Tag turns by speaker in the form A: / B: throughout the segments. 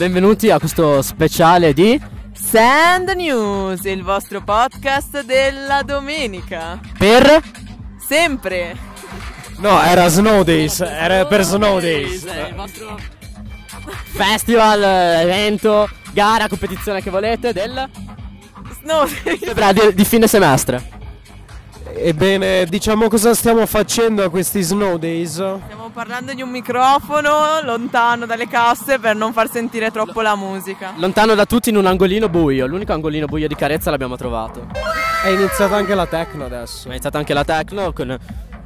A: benvenuti a questo speciale di
B: Sand News, il vostro podcast della domenica.
A: Per
B: Sempre.
C: No, era Snow Days, era per Snow Days.
D: Eh, il vostro
A: Festival, eh, evento, gara, competizione che volete del
B: No,
A: Sembra di, di fine semestre.
C: Ebbene, diciamo cosa stiamo facendo a questi Snow Days?
B: stiamo parlando di un microfono lontano dalle casse per non far sentire troppo la musica.
A: Lontano da tutti in un angolino buio, l'unico angolino buio di carezza l'abbiamo trovato.
C: È iniziata anche la techno adesso.
A: È iniziata anche la techno con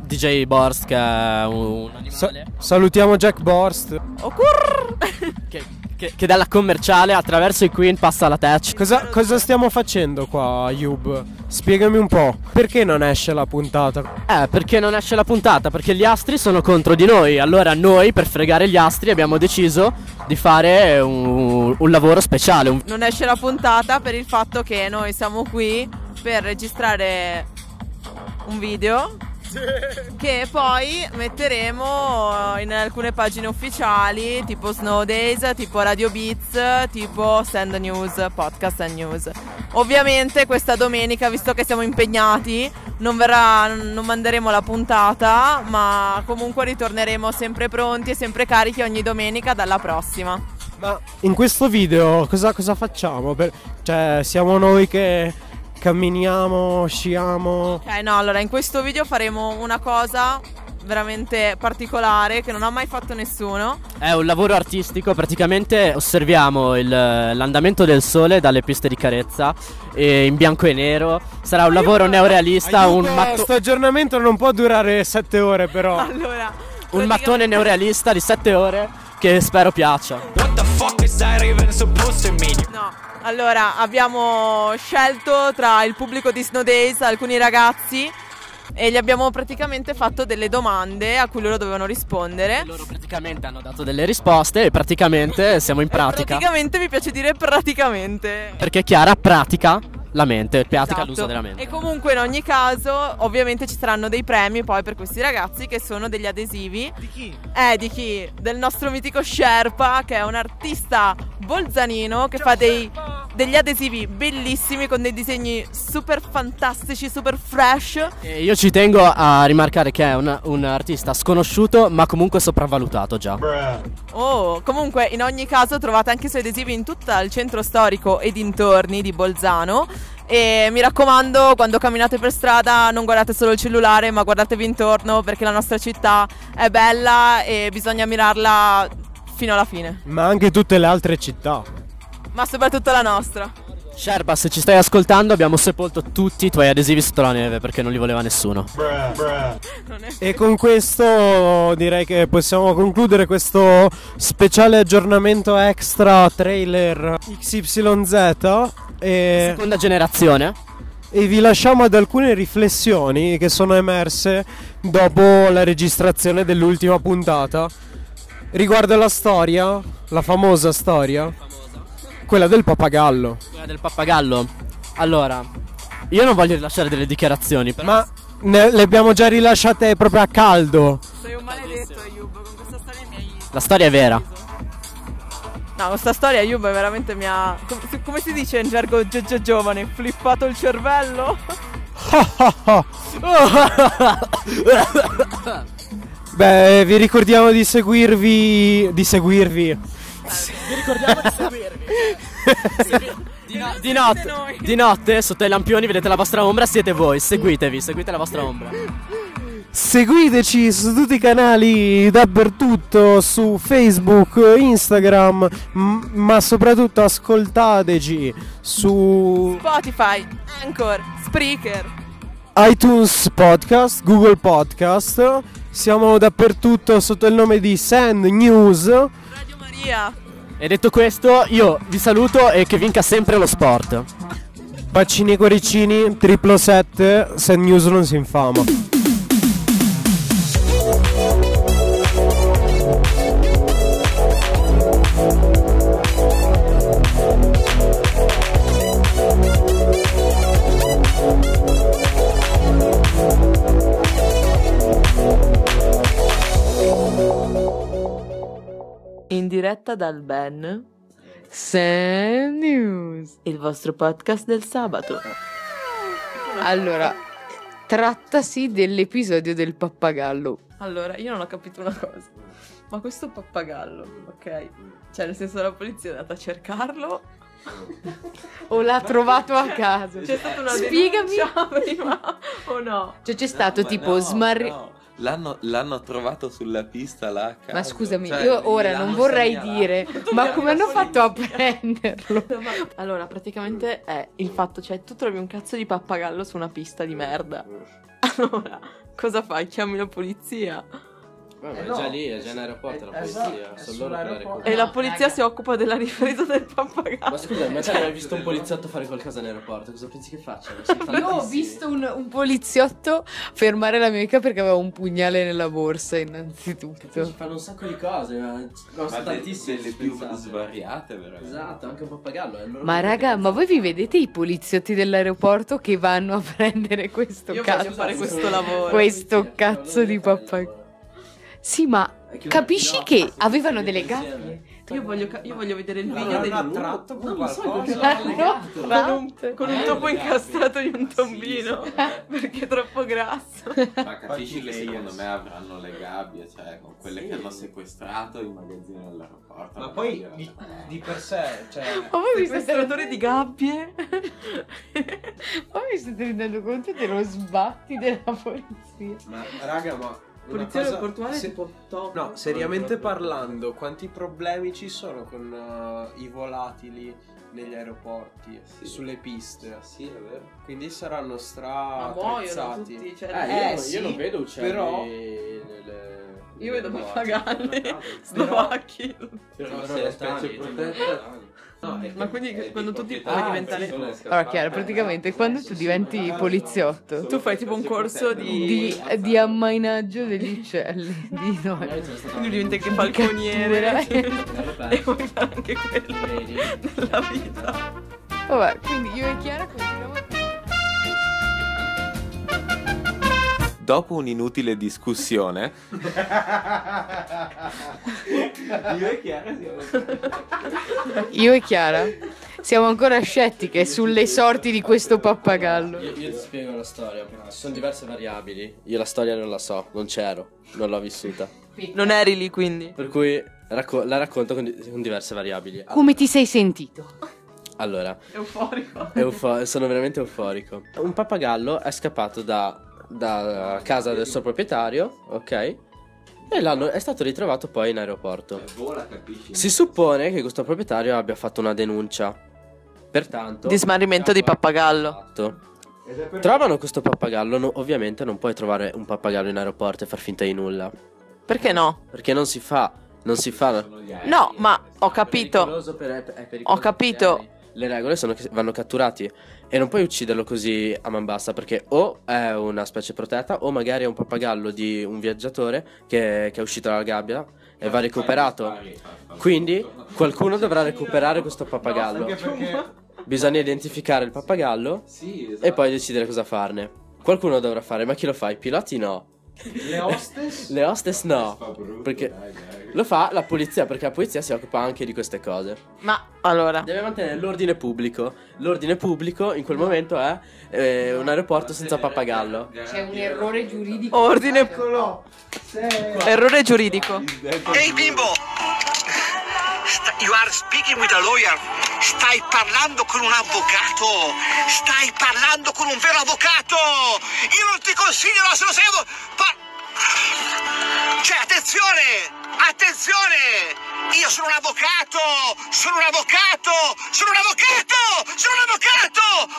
A: DJ Borst che è un animale
C: Sa- salutiamo Jack Borst.
B: Occur!
A: che, che- che dalla commerciale attraverso i Queen passa alla tech.
C: Cosa, cosa stiamo facendo qua, Yub? Spiegami un po', perché non esce la puntata?
A: Eh, perché non esce la puntata? Perché gli astri sono contro di noi. Allora noi, per fregare gli astri, abbiamo deciso di fare un, un lavoro speciale. un-
B: Non esce la puntata per il fatto che noi siamo qui per registrare un video che poi metteremo in alcune pagine ufficiali tipo Snow Days, tipo Radio Beats, tipo Send News, Podcast and News. Ovviamente questa domenica, visto che siamo impegnati, non, verrà, non manderemo la puntata, ma comunque ritorneremo sempre pronti e sempre carichi ogni domenica dalla prossima.
C: Ma in questo video cosa, cosa facciamo? Per- cioè, siamo noi che camminiamo, sciamo.
B: Ok, Eh, no, allora in questo video faremo una cosa veramente particolare che non ha mai fatto nessuno.
A: È un lavoro artistico, praticamente osserviamo il- l'andamento del sole dalle piste di carezza eh, in bianco e nero. Sarà un lavoro neorealista, un,
C: Aiuto,
A: matto-
C: Sto aggiornamento non può durare 7 ore però.
B: Allora,
A: Oh. un
B: praticamente-
A: mattone neorealista di 7 ore che spero piaccia.
B: Eh?
E: What the fuck is that even supposed to mean?
B: No, allora abbiamo scelto tra il pubblico di Snow Days alcuni ragazzi e gli abbiamo praticamente fatto delle domande a cui loro dovevano rispondere.
A: Loro praticamente hanno dato delle risposte e praticamente siamo
B: Eh,
A: in pratica.
B: Praticamente mi piace dire praticamente.
A: Perché Chiara pratica la mente, pratica
B: Esatto.
A: l'uso della mente.
B: E comunque in ogni caso, ovviamente ci saranno dei premi poi per questi ragazzi che sono degli adesivi. Di chi? Eh, di chi? Del nostro mitico Sherpa, che è un artista bolzanino che fa dei- degli adesivi bellissimi con dei disegni super fantastici, super fresh.
A: E io ci tengo a rimarcare che è un, un artista sconosciuto ma comunque sopravvalutato già.
B: Oh, comunque in ogni caso trovate anche i suoi adesivi in tutto il centro storico e dintorni di Bolzano. E mi raccomando, quando camminate per strada non guardate solo il cellulare, ma guardatevi intorno perché la nostra città è bella e bisogna mirarla fino alla fine,
C: Ma anche tutte le altre città.
B: ma soprattutto la nostra.
A: Sherpa, se ci stai ascoltando abbiamo sepolto tutti i tuoi adesivi sotto la neve perché non li voleva nessuno.
B: Non è-
C: E con questo direi che possiamo concludere questo speciale aggiornamento extra trailer XYZ e,
A: Seconda generazione.
C: e vi lasciamo ad alcune riflessioni che sono emerse dopo la registrazione dell'ultima puntata riguardo alla storia, la famosa storia, quella del pappagallo.
A: Quella del pappagallo. Allora, io non voglio rilasciare delle dichiarazioni, però
C: Ma ne- le abbiamo già rilasciate proprio a caldo.
B: Sei un maledetto, Ayub, con questa storia mi hai...
A: la storia è vera.
B: No, questa storia Ayub veramente mi ha... com- come si dice in gergo gio- gio- giovane? Flippato il cervello?
C: Beh, vi ricordiamo di seguirvi. Di seguirvi.
A: Di, no- di notte, di notte, sotto ai lampioni vedete la vostra ombra, siete voi, seguitevi, seguite la vostra ombra.
C: Seguiteci su tutti i canali dappertutto, su Facebook, Instagram, m- ma soprattutto ascoltateci su
B: Spotify, Anchor, Spreaker.
C: iTunes Podcast, Google Podcast. Siamo dappertutto sotto il nome di Sand News.
B: Radio Maria.
A: E detto questo, io vi saluto e che vinca sempre lo sport.
C: Bacini e cuoricini, 777, Sand News non si infama.
B: In diretta dal Ben
D: Sam News.
B: Il vostro podcast del sabato.
D: Allora, trattasi dell'episodio del pappagallo.
B: Allora, io non ho capito una cosa. Ma questo pappagallo, ok? Cioè, nel senso la polizia è andata a cercarlo.
D: O l'ha trovato a caso.
B: C'è stata una
D: Spiegami.
B: denuncia prima o no?
D: Cioè, c'è stato
F: ma
D: tipo
F: no,
D: smarri...
F: no. L'hanno, l'hanno trovato sulla pista là. a caso.
D: Ma scusami,
F: Cioè,
D: io ora
F: l'hanno
D: non vorrei
F: segnalato.
D: dire, ma come hanno fatto a
B: polizia.
D: prenderlo?
B: Allora, praticamente è il fatto, cioè tu trovi un cazzo di pappagallo su una pista di merda. Allora, cosa fai? Chiami la polizia.
A: Vabbè,
G: Eh
A: è
G: no,
A: già lì, è già
G: es-
A: in aeroporto la
G: eh,
A: polizia. sono
G: esatto,
A: loro che la
G: sull'aeroporto.
A: recuperano.
B: E
D: Eh,
G: No,
B: la polizia
G: raga.
B: si occupa della ripresa del pappagallo.
A: Ma scusa, ma te hai mai visto un poliziotto fare qualcosa in aeroporto? Cosa pensi che faccia?
D: Io ho visto un, un poliziotto fermare la mia amica perché aveva un pugnale nella borsa,
A: Ci
D: innanzitutto.
A: fanno un sacco di cose, ma
F: Ma
A: costa tantissimo.
F: tantissime le più
A: pensate.
F: svariate, veramente.
A: Esatto, anche un pappagallo. è il loro
D: Ma
A: compito.
D: raga, ma voi vi vedete i poliziotti dell'aeroporto che vanno a prendere questo
B: Io
D: cazzo?
B: voglio fare questo
A: Scusate,
B: lavoro.
D: Questo
A: sì,
D: cazzo di
A: loro
D: pappa-
A: devono fare il
D: Sì, ma
A: lavoro. È che-
D: capisci
A: no,
D: che
A: sì,
D: avevano
A: sì,
D: delle
A: insieme.
D: gabbie?
B: Io voglio, ca- io voglio vedere il
G: Ma
B: video del
G: l'hanno
B: lupo
G: attratto con
A: Non lo so,
G: qualcosa?
A: perché-
B: con un, con un topo incastrato in un tombino perché è troppo grasso.
F: Ma capisci che secondo
G: layers.
F: me avranno le gabbie, cioè con quelle che hanno sequestrato in magazzino all'aeroporto.
G: Ma
F: hanno
G: poi
F: girato.
G: di, di per sé, cioè...
D: Ma voi vi state
B: Sequestratore di gabbie.
D: Ma vi state rendendo conto dello sbatti della polizia?
G: Ma raga, ma... una
B: Polizia
G: cosa-
B: aeroportuale
G: se-
B: tipo top. eh.
G: No, seriamente parlando, quanti problemi ci sono con eh, i volatili negli aeroporti,
F: Sì.
G: sulle piste?
F: Sì, è vero.
G: Quindi saranno
B: Ma
G: stra
B: muoiono
G: attrezzati.
B: tutti, cioè,
A: Eh, io,
G: Eh,
A: non-
G: sì,
A: io non vedo uccelli
G: però-
A: nelle-
B: Io vedo
A: nelle
B: pappagalli,
A: borse.
B: slovacchi.
A: Però
F: Però
A: se
F: la
A: la
F: specie
A: tani,
G: cioè,
F: protetta-
A: tani.
G: No, è-
B: Ma quindi
F: È
B: quando
F: di
B: tu ti-
F: proprietà,
B: puoi diventare-
F: sono scappate.
D: Allora, Chiara, praticamente quando tu diventi poliziotto
B: Tu fai tipo un corso di- eh.
D: di, di ammainaggio degli uccelli, di
A: Magari
D: noi.
A: ce ne sta
B: Quindi
A: tanto.
B: diventa anche falconiere.
D: cattura.
B: e vuoi fare anche quello nella vita.
D: Vabbè, quindi io e Chiara continuiamo.
F: Dopo un'inutile discussione, io e Chiara siamo
D: Io e Chiara siamo ancora scettiche sulle sorti di questo pappagallo.
A: Io, io ti spiego la storia. Ci sono diverse variabili. Io la storia non la so, non c'ero, non l'ho vissuta.
B: Non eri lì quindi.
A: Per cui racco- la racconto con, di- con diverse variabili.
G: Ah,
D: Come ti sei sentito?
A: Allora,
B: Euforico.
A: è eufo- sono veramente euforico. Un pappagallo è scappato da, da casa del suo proprietario, ok? E l'hanno, è stato ritrovato poi in aeroporto.
F: vola, capisci?
A: Si suppone che questo proprietario abbia fatto una denuncia. Pertanto...
B: Di smarrimento di pappagallo.
A: Esatto. Trovano questo pappagallo, no- ovviamente non puoi trovare un pappagallo in aeroporto e far finta di nulla.
B: Perché no?
A: Perché non si fa, non si fa.
B: No, ma ho
A: È
B: capito.
A: pericoloso per- è pericoloso
B: Ho
A: per
B: capito.
A: gli aerei. Le regole sono che vanno catturati e non puoi ucciderlo così a man bassa perché o è una specie protetta o magari è un pappagallo di un viaggiatore che, che è uscito dalla gabbia e va recuperato. Quindi qualcuno dovrà recuperare questo pappagallo.
G: Anche perché...
A: Bisogna identificare il pappagallo
F: Sì, esatto.
A: e poi decidere cosa farne. Qualcuno dovrà fare, ma chi lo fa? I piloti no.
G: Le hostess?
A: Le hostess
F: Fa
A: no.
F: brutto,
A: Perché
F: dai, dai.
A: lo fa la polizia, perché la polizia si occupa anche di queste cose.
B: Ma allora.
A: Deve mantenere l'ordine pubblico. L'ordine pubblico in quel momento è eh, un aeroporto senza pappagallo.
D: C'è un errore giuridico.
B: Ordine.
G: Eccolo! Se-
B: Errore giuridico.
H: Ehi bimbo! Sta- You are speaking with a lawyer. Stai parlando con un avvocato. Stai parlando con un vero avvocato. Io non ti consiglio la se lo sei avvo- pa- Cioè, attenzione! Attenzione! Io sono un avvocato! Sono un avvocato! Sono un avvocato! Sono un avvocato!